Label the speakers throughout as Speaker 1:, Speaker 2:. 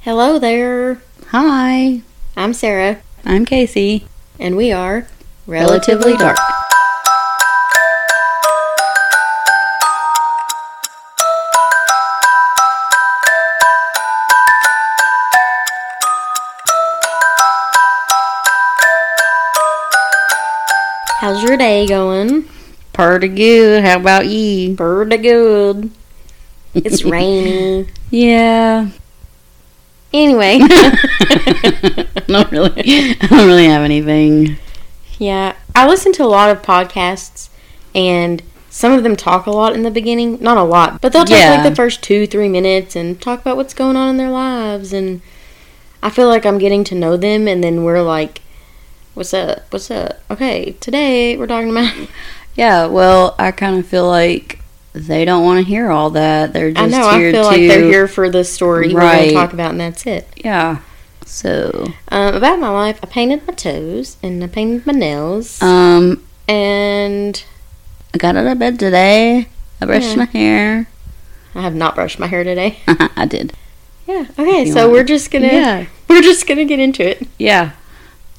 Speaker 1: Hello there.
Speaker 2: Hi,
Speaker 1: I'm Sarah,
Speaker 2: I'm Casey.
Speaker 1: and we are
Speaker 2: Relatively Dark.
Speaker 1: How's your day going?
Speaker 2: Pretty good. How about you?
Speaker 1: Pretty good. It's rainy.
Speaker 2: Yeah.
Speaker 1: Anyway,
Speaker 2: I don't really. I don't really have anything.
Speaker 1: yeah, I listen to a lot of podcasts, and some of them talk a lot in the beginning. Not a lot, but they'll talk
Speaker 2: Yeah.
Speaker 1: like the first two, three minutes and talk about what's going on in their lives. And I feel like I'm getting to know them, and then we're like, what's up? What's up? Okay, today we're talking about.
Speaker 2: Yeah. Well, I kind of feel like they don't want to hear all that. They're
Speaker 1: I
Speaker 2: just
Speaker 1: know. I
Speaker 2: here
Speaker 1: feel
Speaker 2: to.
Speaker 1: like they're here for the story we're going
Speaker 2: Right.
Speaker 1: to talk about, and that's it.
Speaker 2: Yeah. So,
Speaker 1: Um, about my life, I painted my toes and I painted my nails,
Speaker 2: um,
Speaker 1: and
Speaker 2: I got out of bed today. I brushed
Speaker 1: Yeah.
Speaker 2: my hair.
Speaker 1: I have not brushed my hair today.
Speaker 2: I did.
Speaker 1: Yeah. Okay.
Speaker 2: you
Speaker 1: So
Speaker 2: want.
Speaker 1: we're just gonna
Speaker 2: Yeah.
Speaker 1: we're just gonna get into it.
Speaker 2: Yeah.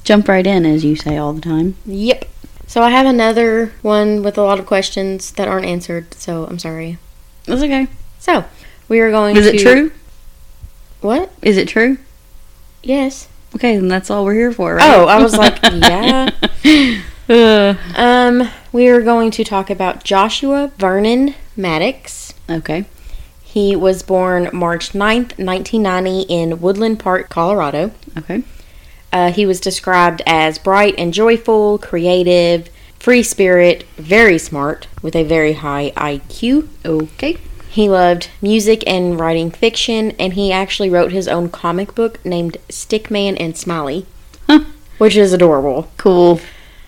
Speaker 2: Jump right in, as you say all the time.
Speaker 1: Yep. So I have another one with a lot of questions that aren't answered. So I'm sorry.
Speaker 2: That's okay.
Speaker 1: So we are going.
Speaker 2: Is
Speaker 1: to,
Speaker 2: it true?
Speaker 1: What?
Speaker 2: Is it true?
Speaker 1: Yes.
Speaker 2: Okay, then that's all we're here for, right?
Speaker 1: Oh, I was like, yeah.
Speaker 2: Uh,
Speaker 1: Um, we are going to talk about Joshua Vernon Maddox.
Speaker 2: okay.
Speaker 1: He was born March 9th, 1990, in Woodland Park, Colorado.
Speaker 2: Okay.
Speaker 1: Uh, he was described as bright and joyful, creative, free spirit, very smart, with a very high IQ.
Speaker 2: Okay.
Speaker 1: He loved music and writing fiction, and he actually wrote his own comic book named Stickman and Smiley,
Speaker 2: Huh.
Speaker 1: which is adorable.
Speaker 2: Cool.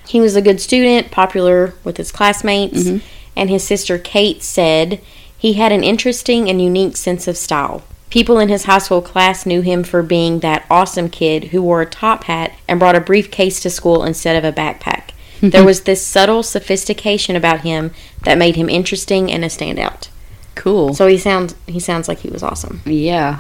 Speaker 1: He was a good student, popular with his classmates, and his sister Kate said he had an interesting and unique sense of style. People in his high school class knew him for being that awesome kid who wore a top hat and brought a briefcase to school instead of a backpack. there was this subtle sophistication about him that made him interesting and a standout.
Speaker 2: Cool.
Speaker 1: So he sounds he sounds like he was awesome.
Speaker 2: yeah.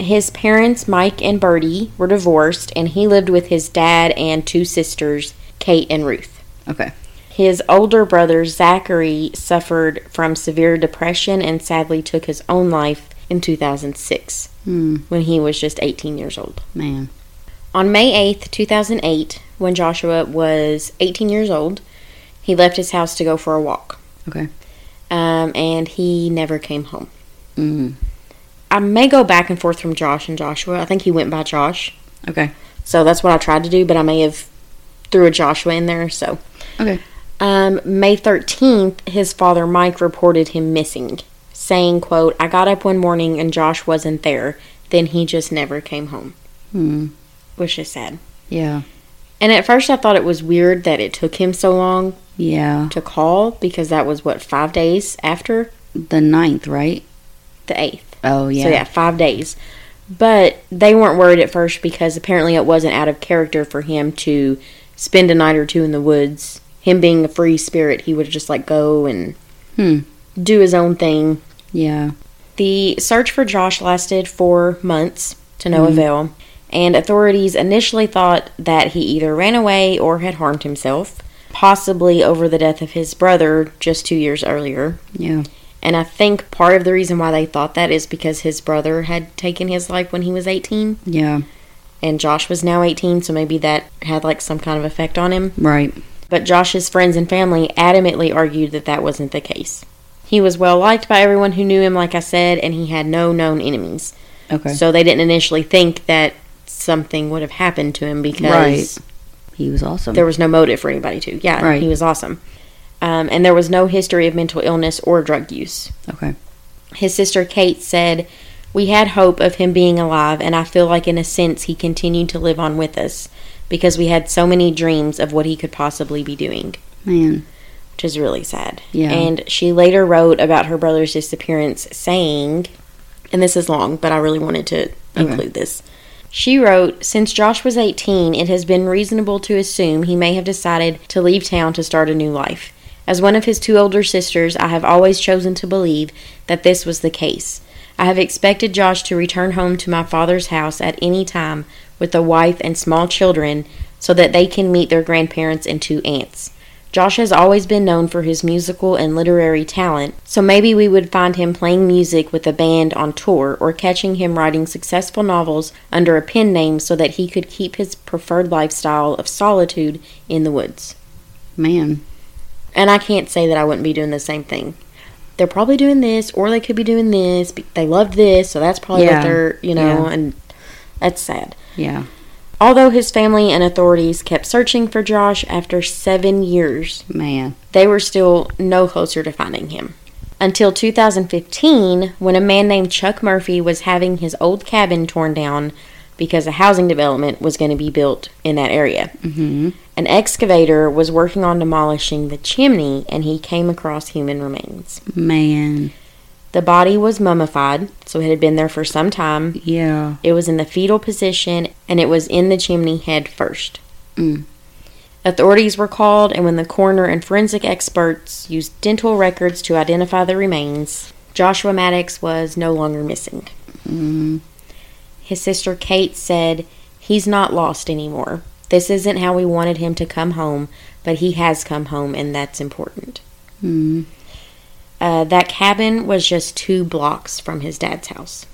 Speaker 1: His parents, Mike and Bertie, were divorced and he lived with his dad and two sisters, Kate and Ruth.
Speaker 2: Okay.
Speaker 1: His older brother, Zachary, suffered from severe depression and sadly took his own life in 2006
Speaker 2: Hmm.
Speaker 1: when he was just 18 years old.
Speaker 2: Man.
Speaker 1: On May 8th, 2008, when Joshua was 18 years old, he left his house to go for a walk.
Speaker 2: Okay.
Speaker 1: Um, and he never came home.
Speaker 2: Mm.
Speaker 1: I may go back and forth from Josh and Joshua. I think he went by Josh.
Speaker 2: Okay.
Speaker 1: So that's what I tried to do, but I may have threw a Joshua in there. So
Speaker 2: Okay.
Speaker 1: Um, May 13th, his father Mike reported him missing, saying, quote, I got up one morning and Josh wasn't there. Then he just never came home,
Speaker 2: Hmm.
Speaker 1: which is sad.
Speaker 2: Yeah.
Speaker 1: And at first I thought it was weird that it took him so long
Speaker 2: Yeah.
Speaker 1: to call because that was what, five days after
Speaker 2: The ninth, right?
Speaker 1: the 8th.
Speaker 2: Oh yeah.
Speaker 1: So yeah, five days. But they weren't worried at first because apparently it wasn't out of character for him to spend a night or two in the woods. Him being a free spirit, he would just like go and
Speaker 2: Hmm.
Speaker 1: do his own thing.
Speaker 2: Yeah.
Speaker 1: The search for Josh lasted for months to
Speaker 2: Hmm.
Speaker 1: no avail, and authorities initially thought that he either ran away or had harmed himself, possibly over the death of his brother just two years earlier.
Speaker 2: Yeah.
Speaker 1: And I think part of the reason why they thought that is because his brother had taken his life when he was 18,
Speaker 2: Yeah.
Speaker 1: and Josh was now 18, so maybe that had like some kind of effect on him.
Speaker 2: Right.
Speaker 1: But Josh's friends and family adamantly argued that that wasn't the case. He was well liked by everyone who knew him, like I said, and he had no known enemies.
Speaker 2: Okay.
Speaker 1: So they didn't initially think that something would have happened to him because
Speaker 2: Right. he was awesome.
Speaker 1: there was no motive for anybody to. Yeah,
Speaker 2: Right.
Speaker 1: he was awesome. Um, and there was no history of mental illness or drug use.
Speaker 2: okay.
Speaker 1: His sister Kate said, We had hope of him being alive, and I feel like, in a sense, he continued to live on with us because we had so many dreams of what he could possibly be doing.
Speaker 2: Man.
Speaker 1: which is really sad.
Speaker 2: Yeah.
Speaker 1: And she later wrote about her brother's disappearance, saying, and this is long, but I really wanted to include this. She wrote, Since Josh was 18, it has been reasonable to assume he may have decided to leave town to start a new life. As one of his two older sisters, I have always chosen to believe that this was the case. I have expected Josh to return home to my father's house at any time with a wife and small children so that they can meet their grandparents and two aunts. Josh has always been known for his musical and literary talent, so maybe we would find him playing music with a band on tour or catching him writing successful novels under a pen name so that he could keep his preferred lifestyle of solitude in the woods.
Speaker 2: Man,
Speaker 1: And I can't say that I wouldn't be doing the same thing. They're probably doing this, or they could be doing this. But they love this, so that's probably
Speaker 2: Yeah.
Speaker 1: what they're, you know,
Speaker 2: Yeah.
Speaker 1: and that's sad.
Speaker 2: yeah.
Speaker 1: Although his family and authorities kept searching for Josh after seven years,
Speaker 2: Man.
Speaker 1: they were still no closer to finding him. Until 2015, when a man named Chuck Murphy was having his old cabin torn down because a housing development was going to be built in that area.
Speaker 2: hmm
Speaker 1: An excavator was working on demolishing the chimney and he came across human remains.
Speaker 2: Man.
Speaker 1: The body was mummified, so it had been there for some time.
Speaker 2: Yeah.
Speaker 1: It was in the fetal position and it was in the chimney head first.
Speaker 2: Mm.
Speaker 1: Authorities were called, and when the coroner and forensic experts used dental records to identify the remains, Joshua Maddox was no longer missing.
Speaker 2: Mm.
Speaker 1: His sister Kate said, He's not lost anymore. This isn't how we wanted him to come home, but he has come home, and that's important.
Speaker 2: Mm.
Speaker 1: Uh, that cabin was just two blocks from his dad's house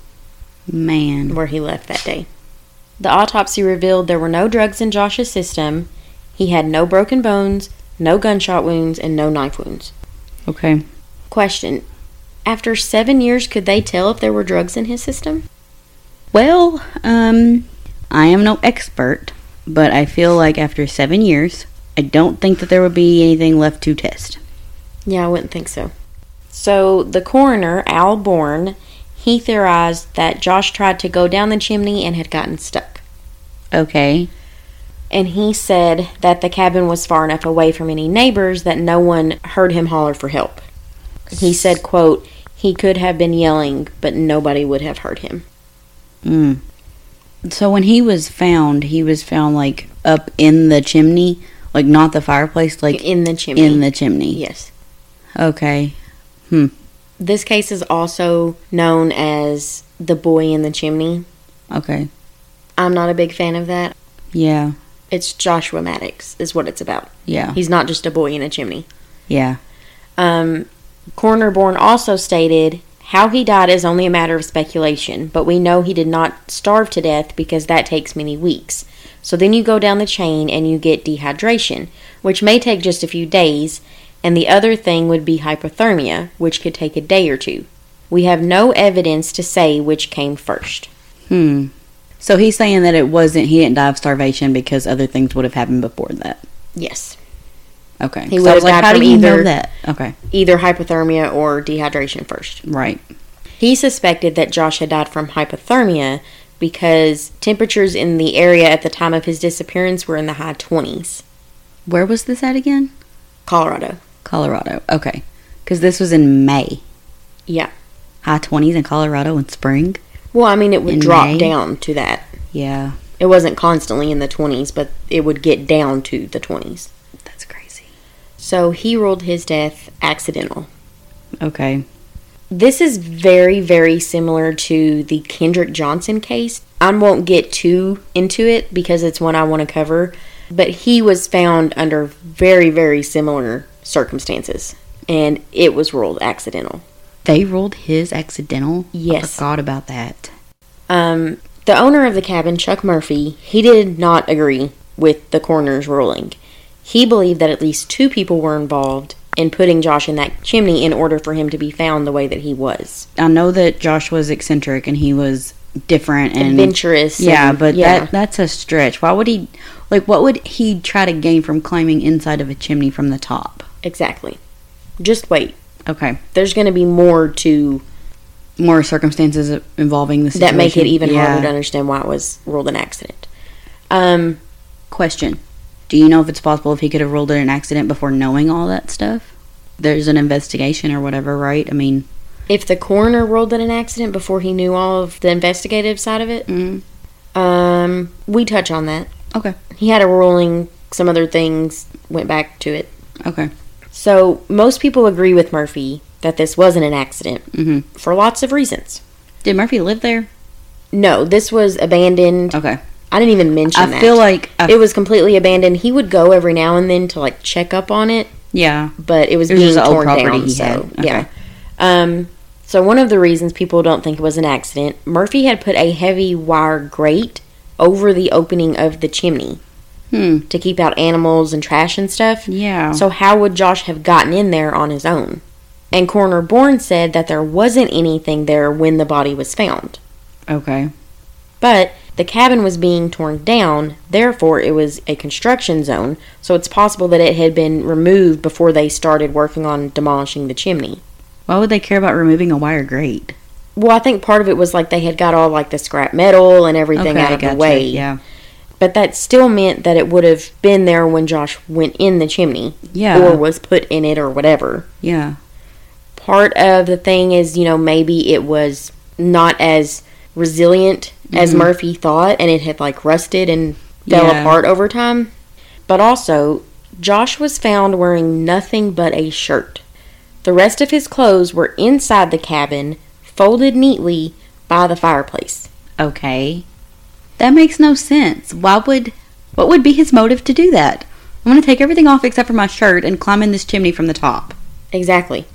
Speaker 2: Man.
Speaker 1: where he left that day. The autopsy revealed there were no drugs in Josh's system. He had no broken bones, no gunshot wounds, and no knife wounds.
Speaker 2: Okay.
Speaker 1: Question After seven years, could they tell if there were drugs in his system?
Speaker 2: Well, um, I am no expert, but I feel like after seven years, I don't think that there would be anything left to test.
Speaker 1: Yeah, I wouldn't think so. So the coroner, Al Bourne, he theorized that Josh tried to go down the chimney and had gotten stuck.
Speaker 2: Okay.
Speaker 1: And he said that the cabin was far enough away from any neighbors that no one heard him holler for help. He said, quote, he could have been yelling, but nobody would have heard him.
Speaker 2: Mm. So when he was found, he was found like up in the chimney, like not the fireplace, like
Speaker 1: in the chimney.
Speaker 2: in the chimney.
Speaker 1: yes.
Speaker 2: Okay.
Speaker 1: This case is also known as the boy in the chimney.
Speaker 2: Okay.
Speaker 1: I'm not a big fan of that.
Speaker 2: Yeah.
Speaker 1: It's Joshua Maddox is what it's about.
Speaker 2: Yeah.
Speaker 1: He's not just a boy in a chimney.
Speaker 2: Yeah.
Speaker 1: Um, Coroner Bourne also stated how he died is only a matter of speculation, but we know he did not starve to death because that takes many weeks. So then you go down the chain and you get dehydration, which may take just a few days, and the other thing would be hypothermia, which could take a day or two. We have no evidence to say which came first.
Speaker 2: Hmm. So he's saying that it wasn't he didn't die of starvation because other things would have happened before that.
Speaker 1: Yes.
Speaker 2: Okay.
Speaker 1: He
Speaker 2: so
Speaker 1: would
Speaker 2: I
Speaker 1: have
Speaker 2: was
Speaker 1: died
Speaker 2: like, how
Speaker 1: from
Speaker 2: do you
Speaker 1: either-
Speaker 2: know that? Okay.
Speaker 1: Either hypothermia or dehydration first.
Speaker 2: Right.
Speaker 1: He suspected that Josh had died from hypothermia because temperatures in the area at the time of his disappearance were in the high 20s,
Speaker 2: Where was this at again?
Speaker 1: Colorado.
Speaker 2: Colorado. Okay. Because this was in May.
Speaker 1: Yeah.
Speaker 2: High 20s in Colorado in spring.
Speaker 1: Well, I mean, it would
Speaker 2: In
Speaker 1: drop
Speaker 2: May?
Speaker 1: down to that.
Speaker 2: Yeah.
Speaker 1: It wasn't constantly in the 20s, but it would get down to the 20s.
Speaker 2: That's crazy.
Speaker 1: So he ruled his death accidental.
Speaker 2: Okay.
Speaker 1: This is very, very similar to the Kendrick Johnson case. I won't get too into it because it's one I want to cover, but he was found under very, very similar circumstances and it was ruled accidental.
Speaker 2: They ruled his accidental.
Speaker 1: Yes.
Speaker 2: I forgot about that.
Speaker 1: Um, the owner of the cabin, Chuck Murphy, he did not agree with the coroner's ruling. He believed that at least two people were involved in putting Josh in that chimney in order for him to be found the way that he was.
Speaker 2: I know that Josh was eccentric and he was different and
Speaker 1: Adventurous.
Speaker 2: Yeah,
Speaker 1: and-
Speaker 2: but that that's a stretch. Why would he like what would he try to gain from climbing inside of a chimney from the top?
Speaker 1: Exactly. Just wait.
Speaker 2: Okay.
Speaker 1: There's going to be more to
Speaker 2: More circumstances involving the situation.
Speaker 1: that make it even
Speaker 2: Yeah.
Speaker 1: harder to understand why it was ruled an accident. Um,
Speaker 2: Question. Do you know if it's possible if he could have ruled it an accident before knowing all that stuff? There's an investigation or whatever, right? I mean,
Speaker 1: if the coroner ruled it an accident before he knew all of the investigative side of it,
Speaker 2: mm,
Speaker 1: um, we touch on that.
Speaker 2: okay.
Speaker 1: He had a ruling, some other things went back to it.
Speaker 2: Okay.
Speaker 1: So most people agree with Murphy that this wasn't an accident
Speaker 2: Mhm.
Speaker 1: for lots of reasons.
Speaker 2: Did Murphy live there?
Speaker 1: No, this was abandoned.
Speaker 2: Okay.
Speaker 1: I didn't even mention
Speaker 2: I
Speaker 1: that.
Speaker 2: feel like I,
Speaker 1: it was completely abandoned. He would go every now and then to like check up on it,
Speaker 2: yeah.
Speaker 1: but it was,
Speaker 2: It was
Speaker 1: being
Speaker 2: just an old
Speaker 1: torn
Speaker 2: property
Speaker 1: down.
Speaker 2: he
Speaker 1: so
Speaker 2: had.
Speaker 1: yeah. Um, so one of the reasons people don't think it was an accident, Murphy had put a heavy wire grate over the opening of the chimney
Speaker 2: Hmm.
Speaker 1: to keep out animals and trash and stuff.
Speaker 2: Yeah.
Speaker 1: So how would Josh have gotten in there on his own? And Coroner Bourne said that there wasn't anything there when the body was found.
Speaker 2: okay.
Speaker 1: But the cabin was being torn down, therefore it was a construction zone, so it's possible that it had been removed before they started working on demolishing the chimney.
Speaker 2: Why would they care about removing a wire grate?
Speaker 1: Well, I think part of it was like they had got all like the scrap metal and everything
Speaker 2: Okay,
Speaker 1: out of
Speaker 2: gotcha.
Speaker 1: the way.
Speaker 2: Yeah.
Speaker 1: But that still meant that it would have been there when Josh went in the chimney
Speaker 2: Yeah.
Speaker 1: or was put in it or whatever.
Speaker 2: yeah.
Speaker 1: part of the thing is, you know, maybe it was not as resilient as
Speaker 2: Mm-hmm.
Speaker 1: Murphy thought and it had like rusted and fell
Speaker 2: Yeah.
Speaker 1: apart over time. But also, Josh was found wearing nothing but a shirt. The rest of his clothes were inside the cabin, folded neatly by the fireplace.
Speaker 2: Okay. That makes no sense. Why would what would be his motive to do that? I'm gonna take everything off except for my shirt and climb in this chimney from the top.
Speaker 1: Exactly.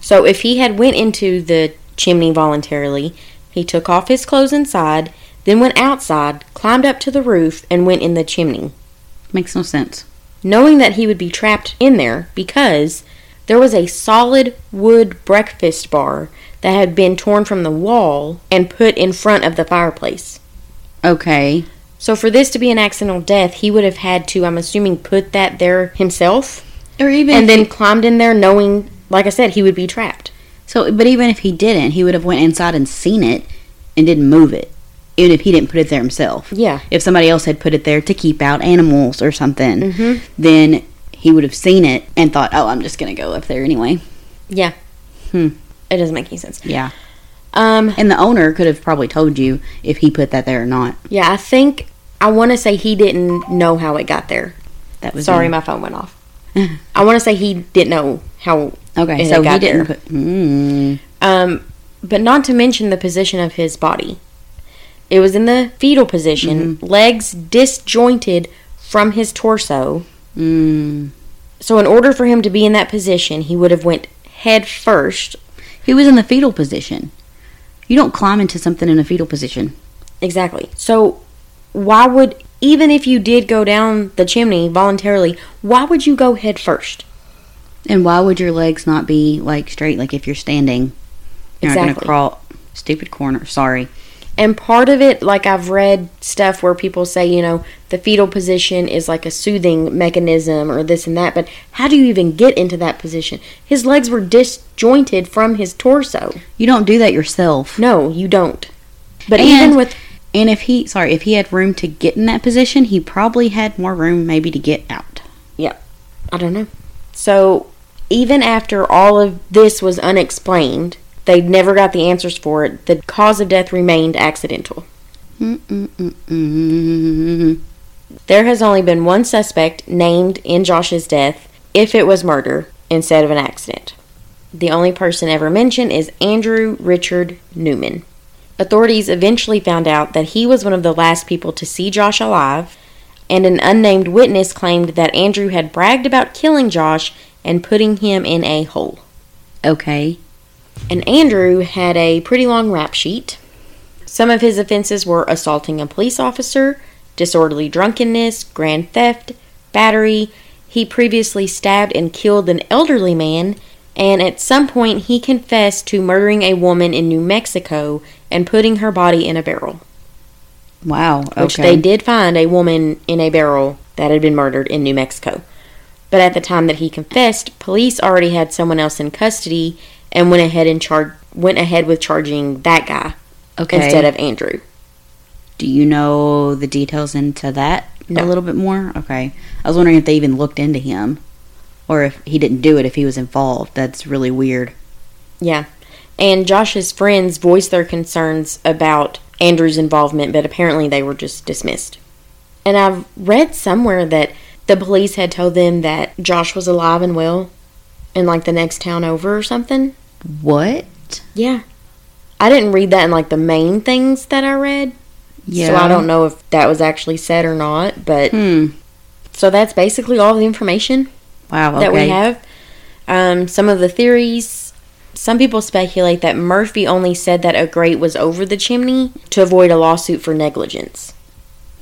Speaker 1: So if he had went into the chimney voluntarily, he took off his clothes inside, then went outside, climbed up to the roof, and went in the chimney.
Speaker 2: Makes no sense.
Speaker 1: knowing that he would be trapped in there because there was a solid wood breakfast bar that had been torn from the wall and put in front of the fireplace.
Speaker 2: Okay.
Speaker 1: So, for this to be an accidental death, he would have had to, I'm assuming, put that there himself
Speaker 2: Or even
Speaker 1: and then climbed in there knowing, like I said, he would be trapped.
Speaker 2: so but even if he didn't, he would have went inside and seen it and didn't move it. Even if he didn't put it there himself.
Speaker 1: Yeah.
Speaker 2: If somebody else had put it there to keep out animals or something,
Speaker 1: Mhm.
Speaker 2: then he would have seen it and thought, "Oh, I'm just gonna go up there anyway."
Speaker 1: Yeah.
Speaker 2: Hmm.
Speaker 1: It doesn't make any sense.
Speaker 2: Yeah.
Speaker 1: Um,
Speaker 2: And the owner could have probably told you if he put that there or not.
Speaker 1: yeah, I think I want to say he didn't know how it got there.
Speaker 2: That was
Speaker 1: Sorry, my phone went off. I want to say he didn't know how
Speaker 2: Okay,
Speaker 1: it
Speaker 2: so he
Speaker 1: got
Speaker 2: didn't
Speaker 1: there.
Speaker 2: put. Mm,
Speaker 1: Um, but not to mention the position of his body. It was in the fetal position, legs disjointed from his torso.
Speaker 2: mm.
Speaker 1: So in order for him to be in that position, he would have went head first.
Speaker 2: He was in the fetal position. You don't climb into something in a fetal position.
Speaker 1: Exactly. So why would even if you did go down the chimney voluntarily, why would you go head first?
Speaker 2: And why would your legs not be like straight? Like if you're standing, you're not
Speaker 1: Exactly.
Speaker 2: gonna crawl. Stupid corner. Sorry.
Speaker 1: And part of it, like I've read stuff where people say, you know, the fetal position is like a soothing mechanism or this and that, but how do you even get into that position? His legs were disjointed from his torso.
Speaker 2: You don't do that yourself.
Speaker 1: No, you don't. But
Speaker 2: And-
Speaker 1: even with,
Speaker 2: And if he, sorry, if he had room to get in that position, he probably had more room maybe to get out.
Speaker 1: I don't know. So even after all of this was unexplained, they never got the answers for it. The cause of death remained accidental.
Speaker 2: Mm-mm-mm-mm.
Speaker 1: There has only been one suspect named in Josh's death if it was murder instead of an accident. The only person ever mentioned is Andrew Richard Newman. Authorities eventually found out that he was one of the last people to see Josh alive, and an unnamed witness claimed that Andrew had bragged about killing Josh and putting him in a hole.
Speaker 2: Okay.
Speaker 1: And Andrew had a pretty long rap sheet. Some of his offenses were assaulting a police officer, disorderly drunkenness, grand theft, battery. He previously stabbed and killed an elderly man, and at some point he confessed to murdering a woman in New Mexico and putting her body in a barrel,
Speaker 2: Wow. Okay.
Speaker 1: which they did find a woman in a barrel that had been murdered in New Mexico. But at the time that he confessed, police already had someone else in custody and went ahead and char- went ahead with charging that guy
Speaker 2: Okay.
Speaker 1: instead of Andrew.
Speaker 2: Do you know the details into that
Speaker 1: No.
Speaker 2: a little bit more? Okay. I was wondering if they even looked into him or if he didn't do it if he was involved. That's really weird.
Speaker 1: Yeah. And Josh's friends voiced their concerns about Andrew's involvement, but apparently they were just dismissed. And I've read somewhere that the police had told them that Josh was alive and well in like the next town over or something.
Speaker 2: What?
Speaker 1: Yeah. I didn't read that in like the main things that I read. So I don't know if that was actually said or not, but
Speaker 2: Hmm.
Speaker 1: so that's basically all the information
Speaker 2: Wow. Okay.
Speaker 1: that we have. Um, some of the theories. Some people speculate that Murphy only said that a grate was over the chimney to avoid a lawsuit for negligence.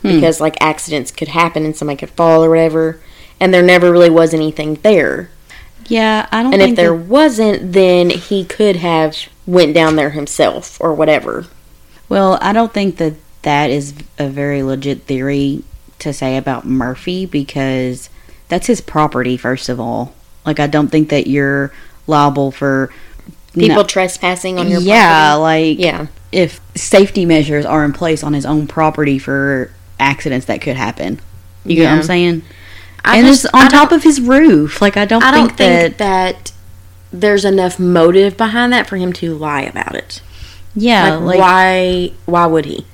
Speaker 2: Hmm.
Speaker 1: Because, like, accidents could happen and somebody could fall or whatever. And there never really was anything there.
Speaker 2: Yeah, I don't.
Speaker 1: And if
Speaker 2: think
Speaker 1: there
Speaker 2: that-
Speaker 1: wasn't, then he could have went down there himself or whatever.
Speaker 2: well, I don't think that that is a very legit theory to say about Murphy because that's his property. First of all, like I don't think that you're liable for
Speaker 1: People trespassing on your
Speaker 2: yeah,
Speaker 1: property.
Speaker 2: like
Speaker 1: Yeah.
Speaker 2: if safety measures are in place on his own property for accidents that could happen. You get what
Speaker 1: Yeah.
Speaker 2: I'm saying?
Speaker 1: I
Speaker 2: and
Speaker 1: just-
Speaker 2: it's
Speaker 1: I
Speaker 2: on
Speaker 1: don't-
Speaker 2: top of his roof. Like I don't,
Speaker 1: I
Speaker 2: think,
Speaker 1: don't think
Speaker 2: that,
Speaker 1: that there's enough motive behind that for him to lie about it.
Speaker 2: yeah,
Speaker 1: like,
Speaker 2: like like,
Speaker 1: why why would he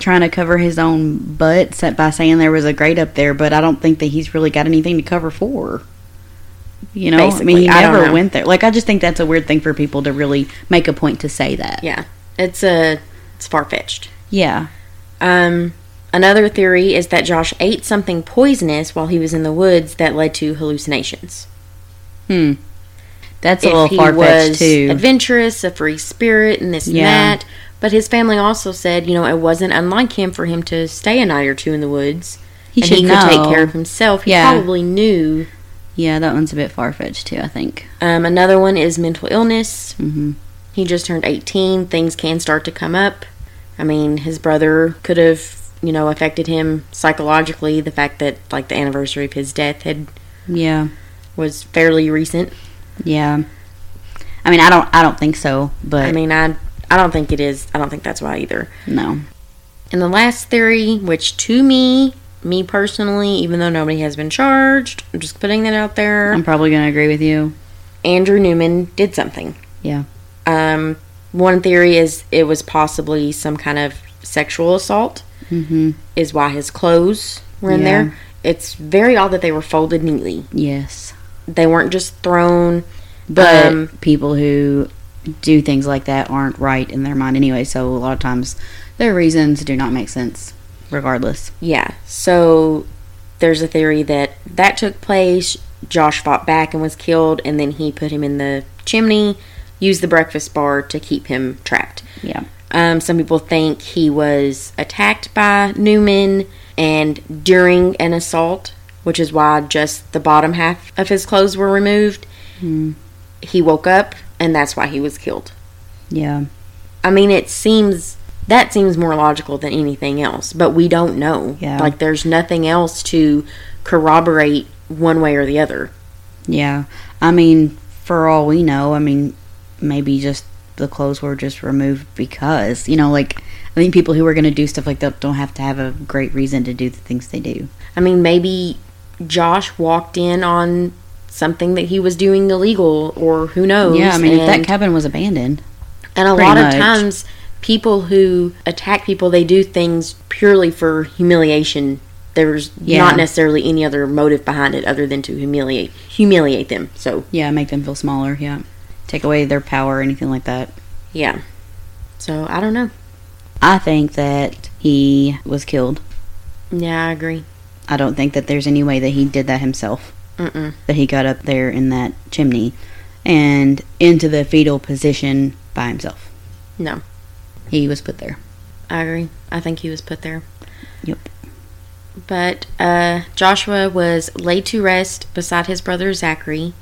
Speaker 2: trying to cover his own butt set by saying there was a grate up there, but I don't think that he's really got anything to cover for. You know, I mean,
Speaker 1: Basically,
Speaker 2: he
Speaker 1: I don't
Speaker 2: never
Speaker 1: know.
Speaker 2: went there. Like I just think that's a weird thing for people to really make a point to say that.
Speaker 1: yeah it's a it's far-fetched
Speaker 2: Yeah.
Speaker 1: um another theory is that josh ate something poisonous while he was in the woods that led to hallucinations
Speaker 2: Hmm. That's a
Speaker 1: if
Speaker 2: little
Speaker 1: he
Speaker 2: far fetched
Speaker 1: was
Speaker 2: too.
Speaker 1: adventurous a free spirit and this
Speaker 2: Yeah.
Speaker 1: and that but his family also said you know it wasn't unlike him for him to stay a night or two in the woods
Speaker 2: he
Speaker 1: and
Speaker 2: should
Speaker 1: he could
Speaker 2: know.
Speaker 1: take care of himself he
Speaker 2: Yeah.
Speaker 1: probably knew
Speaker 2: Yeah, that one's a bit far fetched too. I think.
Speaker 1: um, another one is mental illness
Speaker 2: Mm-hmm.
Speaker 1: He just turned 18. Things can start to come up. I mean, his brother could have, you know, affected him psychologically. The fact that, like, the anniversary of his death had
Speaker 2: Yeah,
Speaker 1: was fairly recent.
Speaker 2: yeah. I mean, I don't, I don't think so, but
Speaker 1: I mean, I I don't think it is. I don't think that's why either.
Speaker 2: no.
Speaker 1: And the last theory, which to me, me personally, even though nobody has been charged, I'm just putting that out there.
Speaker 2: I'm probably gonna agree with you.
Speaker 1: Andrew Newman did something.
Speaker 2: Yeah.
Speaker 1: Um, one theory is it was possibly some kind of sexual assault.
Speaker 2: Mm-hmm.
Speaker 1: is why his clothes were in
Speaker 2: Yeah.
Speaker 1: there. It's very odd that they were folded neatly.
Speaker 2: Yes,
Speaker 1: They weren't just thrown.
Speaker 2: but
Speaker 1: Um,
Speaker 2: people who do things like that aren't right in their mind anyway. So a lot of times, their reasons do not make sense, regardless.
Speaker 1: Yeah. So there's a theory that that took place. Josh fought back and was killed, and then he put him in the chimney, used the breakfast bar to keep him trapped.
Speaker 2: Yeah.
Speaker 1: Um, some people think he was attacked by Newman and during an assault, which is why just the bottom half of his clothes were removed.
Speaker 2: Hmm.
Speaker 1: He woke up, and that's why he was killed.
Speaker 2: Yeah.
Speaker 1: I mean, it seems that seems more logical than anything else, but we don't know.
Speaker 2: Yeah.
Speaker 1: Like, there's nothing else to corroborate one way or the other.
Speaker 2: Yeah. I mean, for all we know, I mean, maybe just the clothes were just removed because, you know, like, I think people who are going to do stuff like that don't have to have a great reason to do the things they do.
Speaker 1: I mean, maybe Josh walked in on something that he was doing illegal, or who knows?
Speaker 2: Yeah, I mean, if
Speaker 1: and-
Speaker 2: that cabin was abandoned,
Speaker 1: And a
Speaker 2: Pretty
Speaker 1: lot
Speaker 2: much.
Speaker 1: of times, people who attack people, they do things purely for humiliation. There's
Speaker 2: Yeah.
Speaker 1: not necessarily any other motive behind it other than to humiliate humiliate them. So
Speaker 2: yeah, make them feel smaller, yeah. Take away their power or anything like that.
Speaker 1: yeah. So I don't know.
Speaker 2: I think that he was killed.
Speaker 1: Yeah, I agree.
Speaker 2: I don't think that there's any way that he did that himself,
Speaker 1: Mm-mm.
Speaker 2: that he got up there in that chimney and into the fetal position by himself.
Speaker 1: No,
Speaker 2: He was put there.
Speaker 1: I agree. I think he was put there.
Speaker 2: Yep.
Speaker 1: But uh, Joshua was laid to rest beside his brother Zachary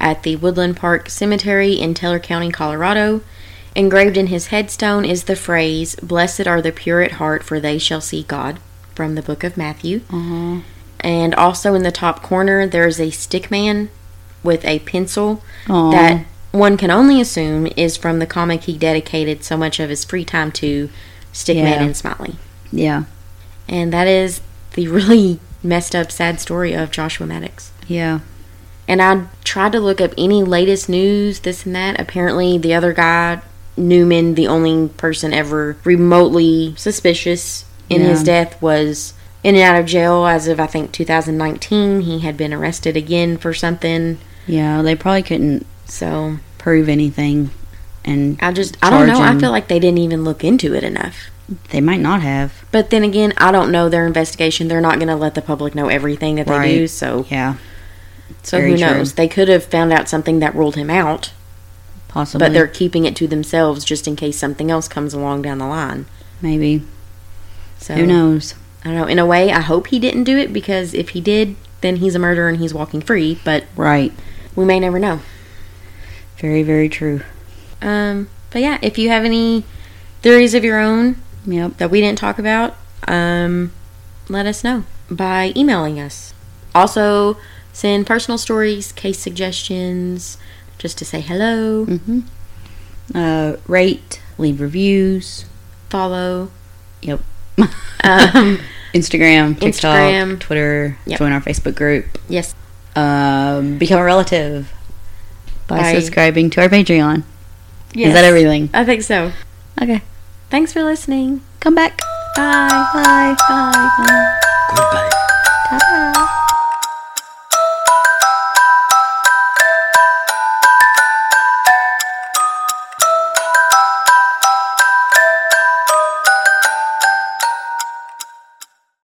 Speaker 1: at the Woodland Park Cemetery in Taylor County, Colorado. Engraved in his headstone is the phrase, Blessed are the pure at heart, for they shall see God, from the book of Matthew.
Speaker 2: Aww.
Speaker 1: Uh-huh. And also in the top corner, there is a stick man with a pencil
Speaker 2: Aw.
Speaker 1: that one can only assume is from the comic he dedicated so much of his free time to, Stickman
Speaker 2: Yeah.
Speaker 1: and Smiley.
Speaker 2: Yeah.
Speaker 1: And that is the really messed up, sad story of Joshua Maddox.
Speaker 2: Yeah.
Speaker 1: And I tried to look up any latest news, this and that. Apparently, the other guy, Newman, the only person ever remotely suspicious in his
Speaker 2: Yeah.
Speaker 1: death, was in and out of jail as of, I think, 2019. He had been arrested again for something.
Speaker 2: Yeah. They probably couldn't
Speaker 1: So,
Speaker 2: prove anything and
Speaker 1: I just, I don't know. I
Speaker 2: Charging.
Speaker 1: feel like they didn't even look into it enough.
Speaker 2: they might not have.
Speaker 1: But then again, I don't know their investigation. They're not going to let the public know everything that they
Speaker 2: Right.
Speaker 1: do. So,
Speaker 2: Yeah,
Speaker 1: so
Speaker 2: very
Speaker 1: who
Speaker 2: true.
Speaker 1: knows? They could have found out something that ruled him out,
Speaker 2: possibly.
Speaker 1: but they're keeping it to themselves just in case something else comes along down the line.
Speaker 2: maybe
Speaker 1: So
Speaker 2: who knows?
Speaker 1: I don't know. In a way, I hope he didn't do it because if he did, then he's a murderer and he's walking free. But
Speaker 2: Right.
Speaker 1: we may never know.
Speaker 2: Very very true.
Speaker 1: Um, but yeah, if you have any theories of your own
Speaker 2: Yep.
Speaker 1: that we didn't talk about, um, let us know by emailing us. Also, send personal stories, case suggestions, just to say hello,
Speaker 2: Mm-hmm. Uh, rate, leave reviews.
Speaker 1: follow.
Speaker 2: Yep.
Speaker 1: Um,
Speaker 2: Instagram, TikTok,
Speaker 1: Instagram.
Speaker 2: Twitter.
Speaker 1: Yep.
Speaker 2: Join our Facebook group.
Speaker 1: yes,
Speaker 2: Um, become a relative by,
Speaker 1: By-
Speaker 2: subscribing to our Patreon.
Speaker 1: yes.
Speaker 2: Is that everything?
Speaker 1: I think so.
Speaker 2: Okay.
Speaker 1: Thanks for listening.
Speaker 2: Come back.
Speaker 1: Bye.
Speaker 2: Bye. Bye. Bye.